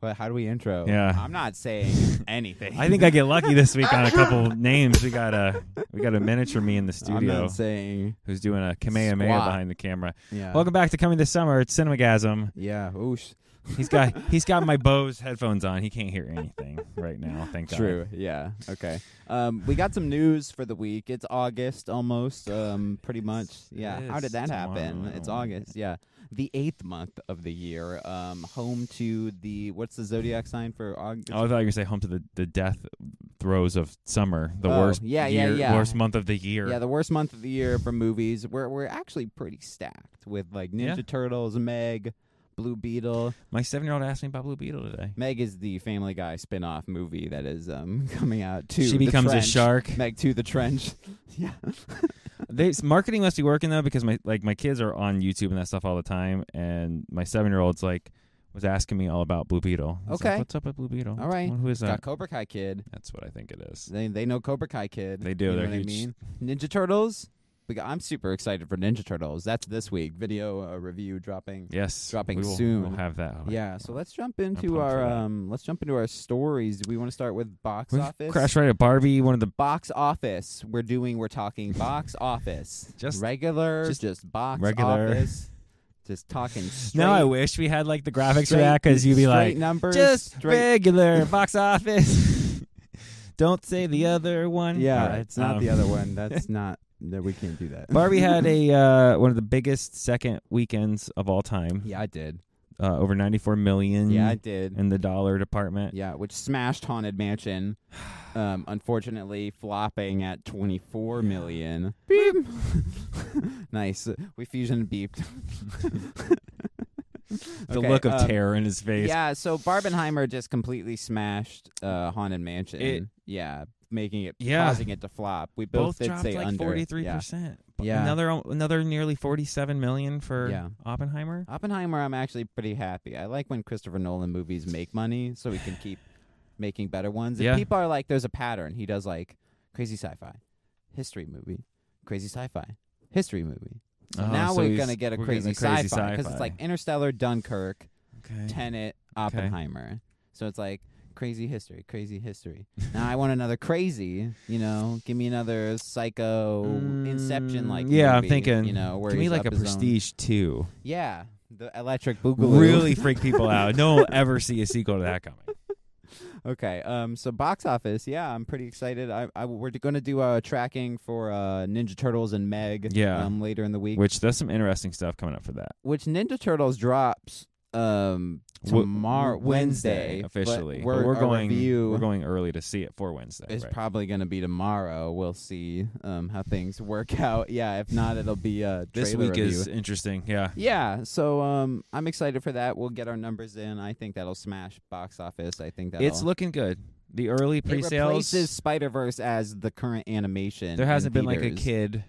But how do we intro? Yeah. I'm not saying anything. I think I get lucky this week on a couple names. We got a we got a miniature me in the I'm studio not saying. who's doing a kamehameha Squat. behind the camera. Yeah. Welcome back to coming this summer. It's Cinemagasm. Yeah. Oosh. He's got he's got my Bose headphones on. He can't hear anything right now. Thank God. True. Yeah. Okay. Um, we got some news for the week. It's August almost. Um, pretty much. Yeah. How is did that happen? tomorrow. It's August. Yeah. The eighth month of the year. Um, home to the what's the zodiac sign for August? Oh, I thought you were gonna say home to the, the death throes of summer, the Oh, worst yeah, yeah, year- yeah. worst month of the year. Yeah, the worst month of the year for movies. We're we're actually pretty stacked with like Ninja Yeah. Turtles, Meg, Blue Beetle. my seven year old asked me about Blue Beetle today. Meg is the Family Guy spin-off movie that is um coming out too. she becomes a trench. shark. Meg to the trench. yeah. they s- marketing must be working though because my like my kids are on YouTube and that stuff all the time, and my seven year old's like was asking me all about Blue Beetle. He's like, Okay. what's up with Blue Beetle? All right. who is that? Got Cobra Kai kid. That's what I think it is. They they know Cobra Kai Kid. They do. You know They're what huge. I mean? Ninja Turtles. We got, I'm super excited for Ninja Turtles. That's this week. Video uh, review dropping. Yes, Dropping we will, soon. We'll have that. Yeah. So let's jump pumped into for our that. um. Let's jump into our stories. Do we want to start with box we office? crash right at Barbie. One of the Box office. We're doing. We're talking box office. Just- regular. just Just, box regular. office. Just talking straight. now I wish we had like the graphics for straight- that because you'd be straight like numbers. just straight. regular box office. Don't say the other one. yeah. All right, It's not um, the other one. That's not. That we can't do that. Barbie had a uh, one of the biggest second weekends of all time. Yeah, I did. uh, over 94 million Yeah, I did. in the dollar department. Yeah, which smashed Haunted Mansion, um, unfortunately flopping at 24 million. Beep. nice. We fusion beeped. The Okay, look of um, terror in his face. Yeah, so Barbenheimer just completely smashed uh, Haunted Mansion. It- yeah, making it Yeah. causing it to flop. We both, Both did dropped say like under. 43%. Yeah. But Yeah. Another another nearly 47 million for Yeah. Oppenheimer. Oppenheimer, I'm actually pretty happy. I like when Christopher Nolan movies make money so we can keep making better ones. If Yeah. people are like, there's a pattern. He does like crazy sci fi, history movie, crazy sci fi, history movie. So Oh, now so we're he's- going to get a we're crazy, getting sci crazy fi because it's sci-fi. Eh, like Interstellar, Dunkirk, Okay. Tenet, Oppenheimer. So it's like crazy history, crazy history. now I want another crazy, you know, give me another psycho, inception like Mm, yeah, I'm movie, thinking, You know, where Give me he's like up a his own- prestige two. Yeah. The electric boogaloo. Really freak people out. No one will ever see a sequel to that coming. Okay. Um. So box office. Yeah, I'm pretty excited. I, I we're going to do uh, tracking for uh Ninja Turtles and Meg. Yeah. Um. Later in the week, which, Which there's some interesting stuff coming up for that. Ninja Turtles drops um Wo- tomorrow Wednesday but officially. But we're, we're our going Review we're going early to see it for Wednesday. is right? probably going to be tomorrow. We'll see um how things work out. Yeah. If not, it'll be uh this trailer week review. is interesting. Yeah. Yeah, so um, I'm excited for that. We'll get our numbers in. I think that'll smash box office. I think that It's looking good. The early It pre-sales replaces Spider Verse as the current animation. There in hasn't been like a theaters. kid,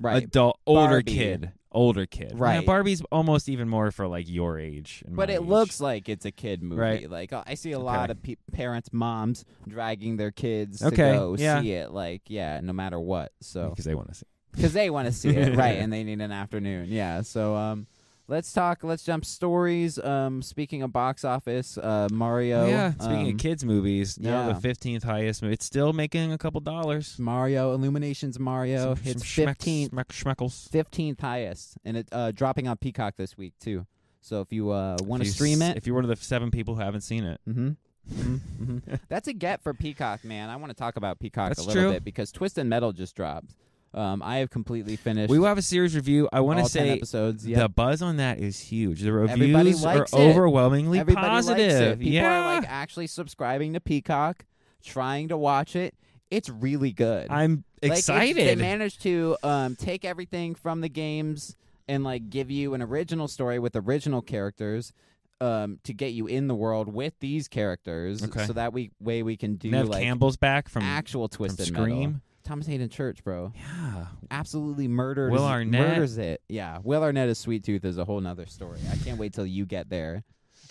right? adult, older Barbie. kid, older kid. Yeah, Right. Barbie's almost even more for like your age. and but my it age. looks like it's a kid movie. Right. Like uh, I see a lot Okay. of pe- parents, moms dragging their kids Okay, to go yeah. see it. Like yeah, no matter what. So because they want to see. because they want to see it, right? And they need an afternoon. Yeah. So um, let's talk. Let's jump stories. Um, speaking of box office, uh, Mario. Oh, yeah. Speaking um, of kids movies, now yeah. the fifteenth highest movie. It's still making a couple dollars. Mario Illuminations, Mario Some- hits some schmeck- 15th schmeck- schmeckles. 15th highest, and it uh, dropping on Peacock this week too. So if you uh, want If to you stream s- it, If you're one of the seven people who haven't seen it, mm-hmm. hmm that's a get for Peacock, man. I want to talk about Peacock mm-hmm. That's a little true. bit because Twist and Metal just dropped. Um, I have completely finished. we will have a series review. I want all to 10 say. episodes. The Yep. buzz on that is huge. The Everybody reviews are likes it. overwhelmingly Everybody positive. likes it. People yeah, are like actually subscribing to Peacock, trying to watch it. It's really good. I'm Like, it's- They excited. managed to um, take everything from the games and like give you an original story with original characters um, to get you in the world with these characters, Okay. so that we way we can do And have like Campbell's back from, actual from twisted metal. Scream. Thomas Hayden Church, bro, Yeah, absolutely murders Will Arnett. murders it. Yeah, Will Arnett as Sweet Tooth is a whole nother story. I can't wait till you get there.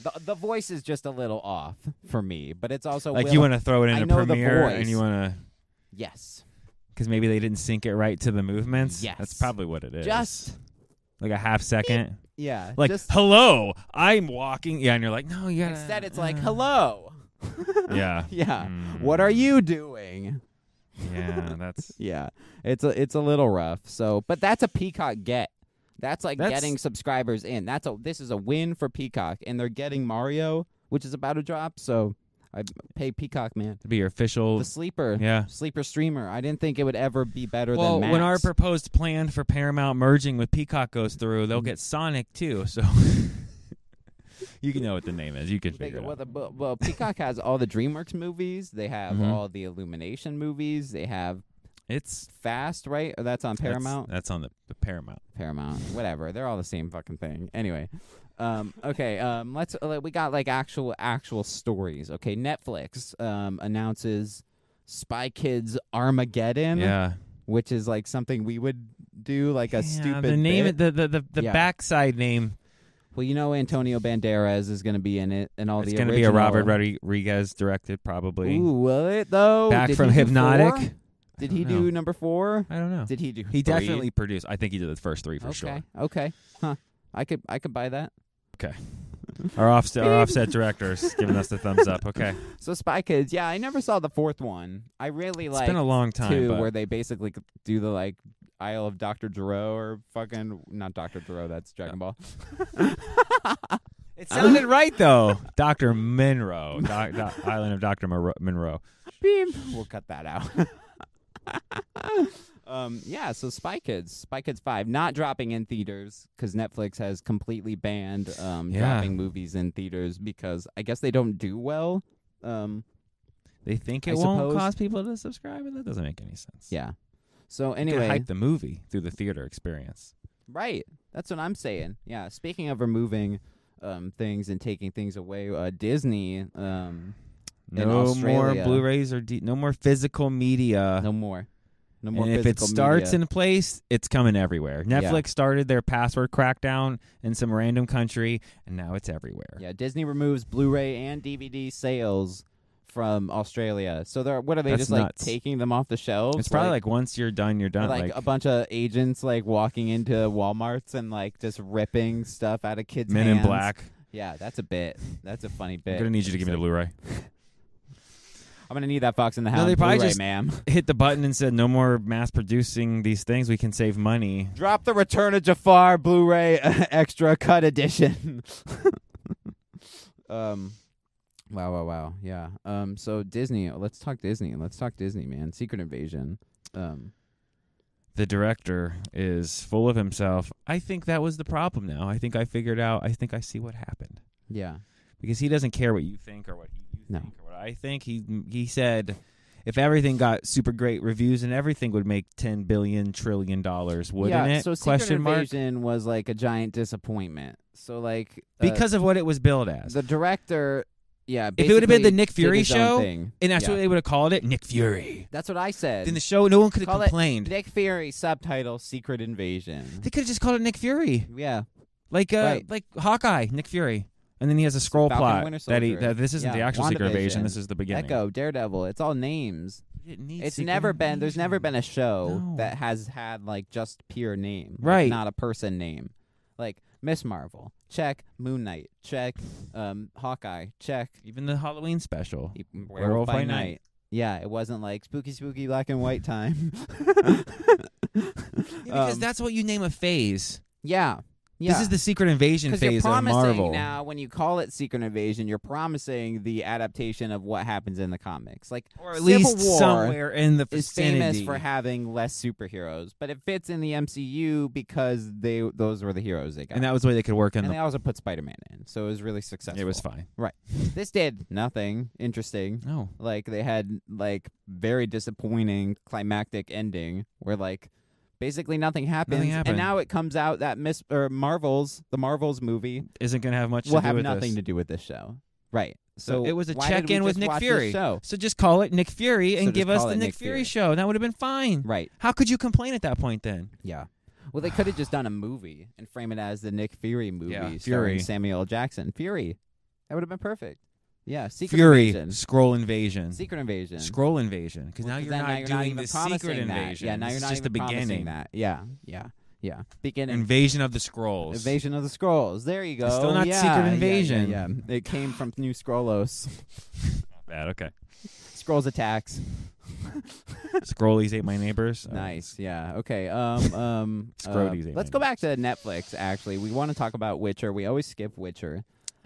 The, the voice is just a little off for me, but it's also like Will- you want to throw it in I a know the premiere voice. and you want to yes, because maybe they didn't sync it right to the movements Yes. that's probably what it is just like a half second Yeah. Like, just hello, I'm walking. Yeah, and you're like, no, you gotta. instead, it's like, uh, hello. Yeah. Yeah. Mm. What are you doing? Yeah, that's. Yeah. It's a it's a little rough. So, but that's a Peacock get. That's like That's- getting subscribers in. That's a this is a win for Peacock, and they're getting Mario, which is about to drop. So, I pay Peacock, man. To be your official. The sleeper, Yeah. sleeper streamer. I didn't think it would ever be better Well, than Max. when our proposed plan for Paramount merging with Peacock goes through, they'll get Sonic too. So you can know what the name is. You can They- figure it well, out. the, well, well, Peacock has all the DreamWorks movies. They have Mhm. all the Illumination movies. They have It's Fast, right? Or that's on that's- Paramount. That's, on the, the Paramount. Paramount, whatever. They're all the same fucking thing. Anyway, um, okay, um, let's. uh, We got like actual actual stories. Okay, Netflix um, announces Spy Kids Armageddon, yeah, which is like something we would do, like a yeah, stupid The name, bit. the the the, the Yeah. backside name. well, you know, Antonio Banderas is going to be in it, and all it's the. going to be a Robert Rodriguez directed, probably. Ooh, will it though? Back Did from he do Hypnotic? four? Did don't he know. do number four? I don't know. Did he do? He three? definitely produced. I think he did the first three for okay. sure. Okay. Huh. I could. I could buy that. Our offset, our offset directors giving us the thumbs up. Okay, So Spy Kids, yeah, I never saw the fourth one. I really it's like been a long time. two, but where they basically do the like Isle of Doctor Giro or fucking not Doctor Giro, that's Dragon Ball. it sounded right though. Doctor Monroe, doc, doc, Island of Doctor Monroe. Beam. We'll cut that out. um, yeah, so Spy Kids, Spy Kids Five, not dropping in theaters because Netflix has completely banned um, Yeah. dropping movies in theaters because I guess they don't do well. Um, They think it I won't suppose- cause people to subscribe, and that doesn't make any sense. yeah. So You can anyway, hype the movie through the theater experience. Right. That's what I'm saying. Yeah. Speaking of removing um, things and taking things away, uh, Disney, um, In No more Australia. Blu-rays or D- no more physical media. no more. No more Uh, and if it physical starts media. in place, it's coming everywhere. Yeah. Netflix started their password crackdown in some random country, and now it's everywhere. Yeah. Disney removes Blu ray and DVD sales from Australia. So they're, what are they That's just like nuts. taking them off the shelves? It's probably like, once you're done, you're done. like, Like, a bunch of agents like walking into Walmarts and like just ripping stuff out of kids' Men in hands. Black. Yeah, that's a bit. That's a funny bit. I'm gonna need you to give me the Blu-ray. I'm gonna need that Fox in the No, Hound they probably Blu-ray, just- ma'am. Hit the button and said, "No more mass producing these things. We can save money." Drop the Return of Jafar Blu-ray extra cut edition. um Wow, wow, wow. Yeah. Um so Disney, let's talk Disney. Let's talk Disney, man. Secret Invasion. Um The director is full of himself. I think that was the problem. Now I think I figured out. I think I see what happened yeah. because he doesn't care what you think or what he, you No. think or what I think. He he said. If everything got super great reviews and everything would make ten billion trillion dollars, wouldn't yeah, it? so Question Secret mark. Invasion was like a giant disappointment. So like uh, Because of what it was billed as. the director yeah, If it would've been the basically Nick did Fury his own show, thing. and that's what Yeah. they would have called it, Nick Fury. That's what I said. Then the show, no one could have Call it complained. Nick Fury subtitle Secret Invasion. They could have just called it Nick Fury, yeah. like uh, Right. like Hawkeye, Nick Fury, and then he has a scroll Falcon plot Winter that he Soldier. that this isn't Yeah, the actual Secret Invasion. WandaVision, This is the beginning. Echo, Daredevil, it's all names. You didn't need It's Secret never been. There's never been Invasion. a show No. that has had like just pure name, like, Right. Not a person name, like Miss Marvel. Check Moon Knight. Check um, Hawkeye. Check even the Halloween special. e- Werewolf by Night. Yeah, it wasn't like spooky, spooky black and white time. Yeah, because Um, that's what you name a phase. yeah, yeah. This is the Secret Invasion because you're phase of promising Marvel. now when you call it Secret Invasion, you're promising the adaptation of what happens in the comics. Like or at Civil least War somewhere in the is vicinity. famous for having less superheroes, but it fits in the MCU because they those were the heroes they got. and that was the way they could work in And the. they also put Spider Man in, so it was really successful. It was fine. this did nothing interesting. No, Like they had like very disappointing climactic ending where like basically nothing happens. happened. And now it comes out that Miss or Marvels, the Marvels movie, isn't gonna have much will to do have with nothing this. to do with this show. Right. So So it was a why did we check-in with just Nick watch this Fury. Show? So just call it Nick Fury and So just give us call the it Nick, Nick Fury, Fury. show. That would have been fine. Right. How could you complain at that point then? Yeah. Well, they could have just done a movie and frame it as the Nick Fury movie Yeah, Fury. starring Samuel L. Jackson. Fury. That would have been perfect. Yeah, Secret Fury, Invasion. scroll invasion, Secret Invasion. scroll invasion. Because Well, 'cause now you're then not now you're doing not even the promising secret that. invasion. Yeah, now you're it's not just even the promising beginning. that. Yeah, yeah. Yeah. Beginning. Invasion of the Scrolls. Invasion of the Scrolls. There you go. It's still not yeah, Secret yeah, yeah, Invasion. Yeah, It came from New Scrollos. Bad. Okay. Scrolls attacks. Scrollies ate my neighbors. Oh, Nice. Yeah. Okay. Um. Um. uh, Scroties ain't let's go back to Netflix. Actually, we want to talk about Witcher. We always skip Witcher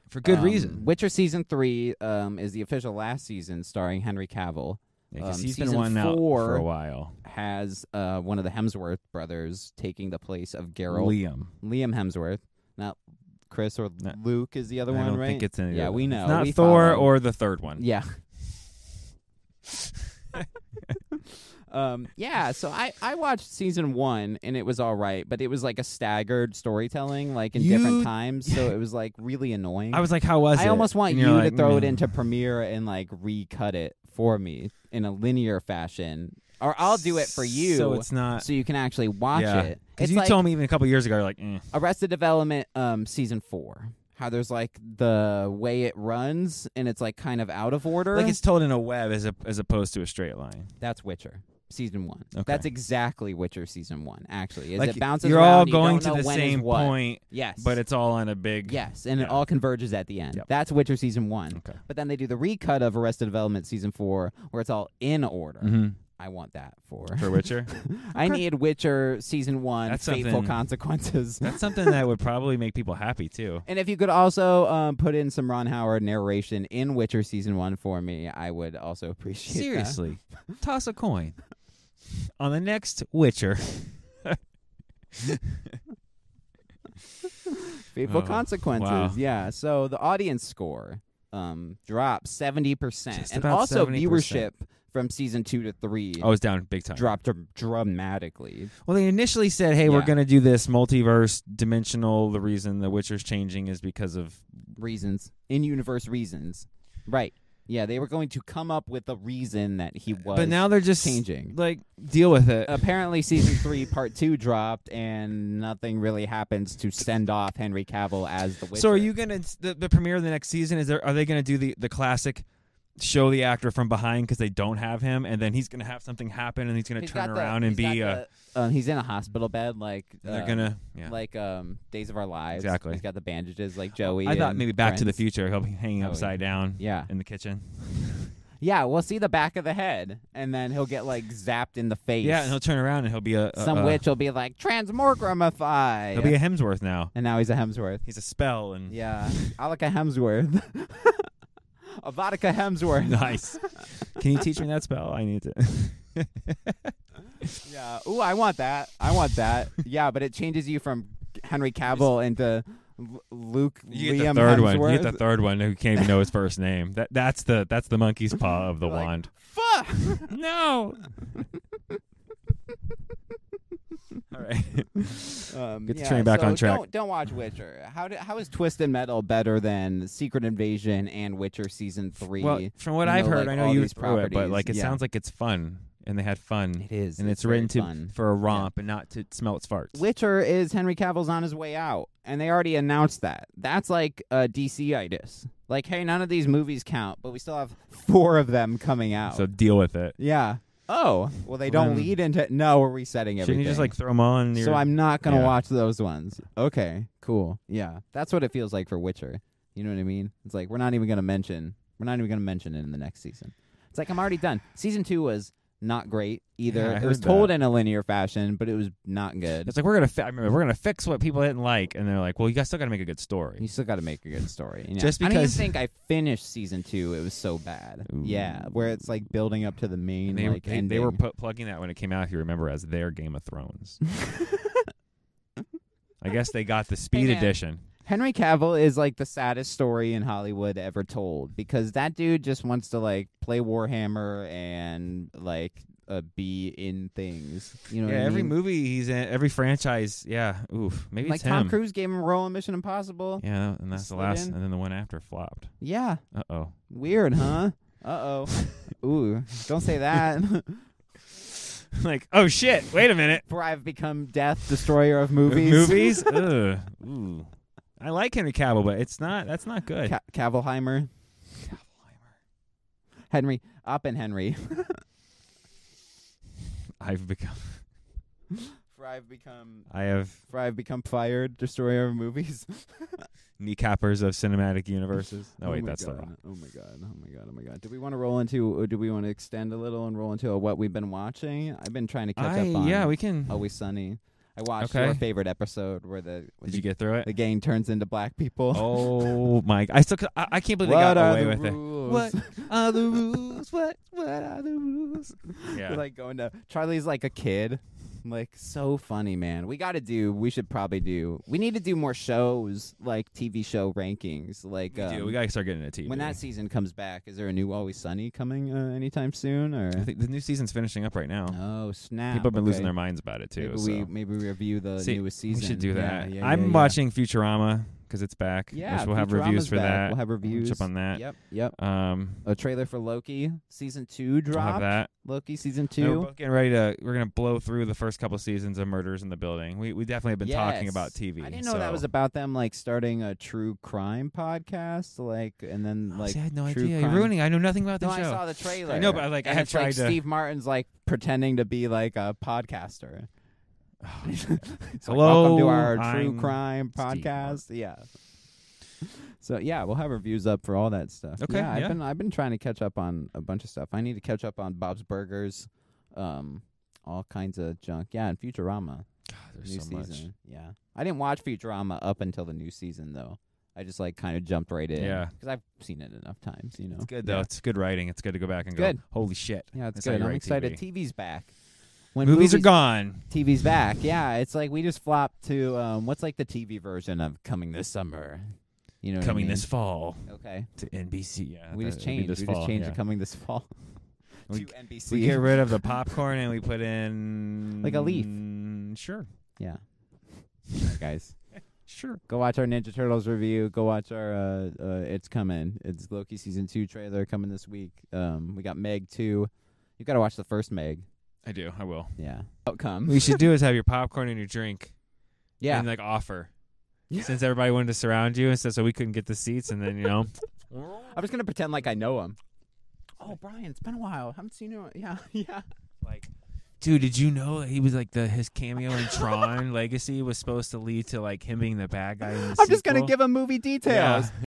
For good Um, reason. Witcher season three um is the official last season starring Henry Cavill. Yeah, 'cause um, he's been season one out for four- a while. Has uh one of the Hemsworth brothers taking the place of Geralt. Liam. Liam Hemsworth, not Chris or No. Luke is the other I one, don't right? think it's any. Yeah, of we them. know. It's not We Thor follow. or the third one. Yeah. um, yeah, so I, I watched season one and it was all right, but it was like a staggered storytelling, like in You- different times, so it was like really annoying. I was like, how was I it? almost want And you you're to like, throw it "Mm." into Premiere and like recut it for me in a linear fashion, or I'll do it for you, So it's not. so you can actually watch yeah. it. Because It's you like- told me even a couple years ago, you're like, eh. Arrested Development um season 4. How there's like the way it runs and it's like kind of out of order. like it's told in a web as a, as opposed to a straight line. that's Witcher season 1. Okay. That's exactly Witcher season 1 actually. Is like it bounces you're around, all you don't going to know the when is same what. point, Yes. but it's all on a big. Yes, and it Yeah. all converges at the end. Yep. That's Witcher season 1. Okay. But then they do the recut of Arrested Development season 4 where it's all in order. hmm I want that for. For Witcher, I need Witcher season 1 That's Fateful something- Consequences. that's something that would probably make people happy too. And if you could also um, put in some Ron Howard narration in Witcher season one for me, I would also appreciate that. Seriously, toss a coin on the next Witcher. Fateful Oh, consequences. wow. Yeah. So the audience score um, dropped seventy percent, Just and about Oh, also 70%. viewership from season two to three I was down big time. dropped dr- dramatically. Well, they initially said, "Hey, we're Yeah. going to do this multiverse dimensional. The reason the Witcher's changing is because of Reasons in universe reasons, right? Yeah, they were going to come up with a reason that he was. But now they're just changing. Like, deal with it. apparently season three part two dropped and nothing really happens to send off henry cavill as the witcher so, are you going to the, the premiere of the next season? Is there? Are they going to do the the classic? Show the actor from behind because they don't have him, and then he's gonna have something happen, and he's gonna He's turn got the- around and he's got be. Uh, the- um, he's in a hospital bed like they're uh, gonna. Yeah. like um days of our lives Exactly. he's got the bandages like joey I thought and maybe Back to the Friends. Future. He'll be hanging Oh, upside down yeah in the kitchen. yeah we'll see the back of the head and then he'll get like zapped in the face Yeah, and he'll turn around and he'll be a, a some a- witch will be like transmogrify He'll be a Hemsworth now. and now he's a hemsworth He's a spell and yeah i like a hemsworth a vodka hemsworth nice. Can you teach me that spell? I need it. Yeah. Ooh, I want that. I want that. yeah, but it changes you from Henry Cavill into L- Luke You Liam get the third Hemsworth. one. You get the third one who can't even know his first name. That that's the that's the monkey's paw of the Like, wand. Fuck. No. All right. Um, Get the yeah, train back so on track. Don't, don't watch Witcher. How do, how is Twisted Metal better than Secret Invasion and Witcher season three? Well, from what you I've know, heard, like, I know all you these threw it, but properties. like it Yeah. sounds like it's fun, and they had fun, it is, and it's, very written to fun. for a romp and not to smell its farts. Witcher is Henry Cavill's on his way out, and they already announced that. That's like uh, DC itis. Like, hey, none of these movies count, but we still have four of them coming out. So deal with it. Yeah. Oh, well, they don't Um, lead into. No, we're resetting Shouldn't everything. you just like throw them on? Your, so I'm not gonna Yeah. watch those ones. Okay, cool. Yeah, that's what it feels like for Witcher. You know what I mean? It's like we're not even gonna mention. We're not even gonna mention it in the next season. It's like I'm already done. Season two was not great either. Yeah, I it was heard told that. in a linear fashion, but it was not good. It's like we're gonna. Fi- I remember we're gonna fix what people didn't like, and they're like, "Well, you guys still gotta make a good story." You still got to make a good story. you know? Just I don't even because- think I finished season two. It was so bad. Ooh. Yeah, where it's like building up to the main And they, like they, they were ending. pu- plugging that when it came out, if you remember, as their Game of Thrones. I guess they got the Speed man. Edition. Henry Cavill is like the saddest story in Hollywood ever told because that dude just wants to like play Warhammer and like uh, be in things. You know, Yeah, what I every mean? movie he's in, every franchise. Yeah, oof, maybe Like it's Tom him. Cruise gave him a role in Mission Impossible. Yeah, and that's the slid last, in. and then the one after flopped. Yeah, Uh oh. weird, huh? Uh oh. Ooh, don't say that. like, oh shit! Wait a minute. For I've become death, destroyer of movies. Movies. Ugh. Ooh. I like Henry Cavill, but it's not. That's not good. Ca- Cavilheimer. Henry, up and Henry. I've become. Thrive become I have Thrive become fired, destroyer of movies. kneecappers of cinematic universes. No, wait, my that's the god. rock. Oh my god. Oh my god. Oh my god. Do we want to roll into or do we want to extend a little and roll into a what we've been watching? I've been trying to catch I, up on yeah, we can. Always Sunny. I watched Okay. your favorite episode where the where Did the, you get through it? the gang turns into black people. Oh my! I still I, I can't believe they what got are away the with it. rules? What are the rules? What what are the rules? Yeah. Like going to Charlie's like a kid. I'm like so funny, man. We got to do. We should probably do. We need to do more shows like TV show rankings. Like we do. um, We gotta start getting a TV. when that season comes back, is there a new Always Sunny coming uh, anytime soon? Or I think the new season's finishing up right now. oh snap, People have been losing okay. their minds about it too. Maybe so. we maybe we review the See, newest season. We should do Yeah, that. yeah, yeah, I'm yeah. watching Futurama because it's back. Yeah, which we'll have reviews Futurama's for back. that. We'll have reviews. Chip on that. Yep, yep. Um, A trailer for Loki season two we'll have dropped. that. Loki season And we're two. both getting ready to. We're gonna blow through the first couple seasons of Murders in the Building. We we definitely have been talking Yes. about TV. I didn't know that was about them like starting a true crime podcast, like and then like Oh, I had no true idea. crime. You're ruining. it. I know nothing about the No, show. I saw the trailer. I know, but like I and had it's like tried to. Steve Martin's like pretending to be like a podcaster. It's like, welcome Oh, Hello, to our I'm true crime Steve Martin." podcast. Yeah. So yeah, we'll have reviews up for all that stuff. Okay, Yeah, yeah. I've been I've been trying to catch up on a bunch of stuff. I need to catch up on Bob's Burgers, um, all kinds of junk. Yeah, and Futurama God, there's new so season. much. Yeah, I didn't watch Futurama up until the new season though. I just like kind of jumped right in. Yeah. because I've seen it enough times. You know, It's good though. It's good writing. It's good to go back and It's go. good. Holy shit! Yeah, it's That's how good. you I'm write excited. TV. TV's back. When movies, are gone. TV's back. Yeah, it's like we just flopped to um, what's like the TV version of coming this summer. You know, what I Coming mean? this fall Okay, to NBC. Yeah, we that- just it'll be changed. This we fall, just changed yeah. to coming this fall We- to NBC. We get rid of the popcorn and we put in Like a leaf. Sure, yeah, All right, guys. sure. Go watch our Ninja Turtles review. Go watch our uh, uh it's coming. It's Loki season two trailer coming this week. Um, we got Meg two. You gotta watch the first Meg. I do. I will. Yeah, outcome. We should do is have your popcorn and your drink. yeah, And like offer. Yeah. Since everybody wanted to surround you and so, so we couldn't get the seats and then you know. I'm just gonna pretend like I know him. Oh, Brian, it's been a while. haven't seen you. Yeah, yeah. like dude did you know that he was like the his cameo in tron legacy was supposed to lead to like him being the bad guy in the I'm just gonna sequel? give him movie details. Yeah.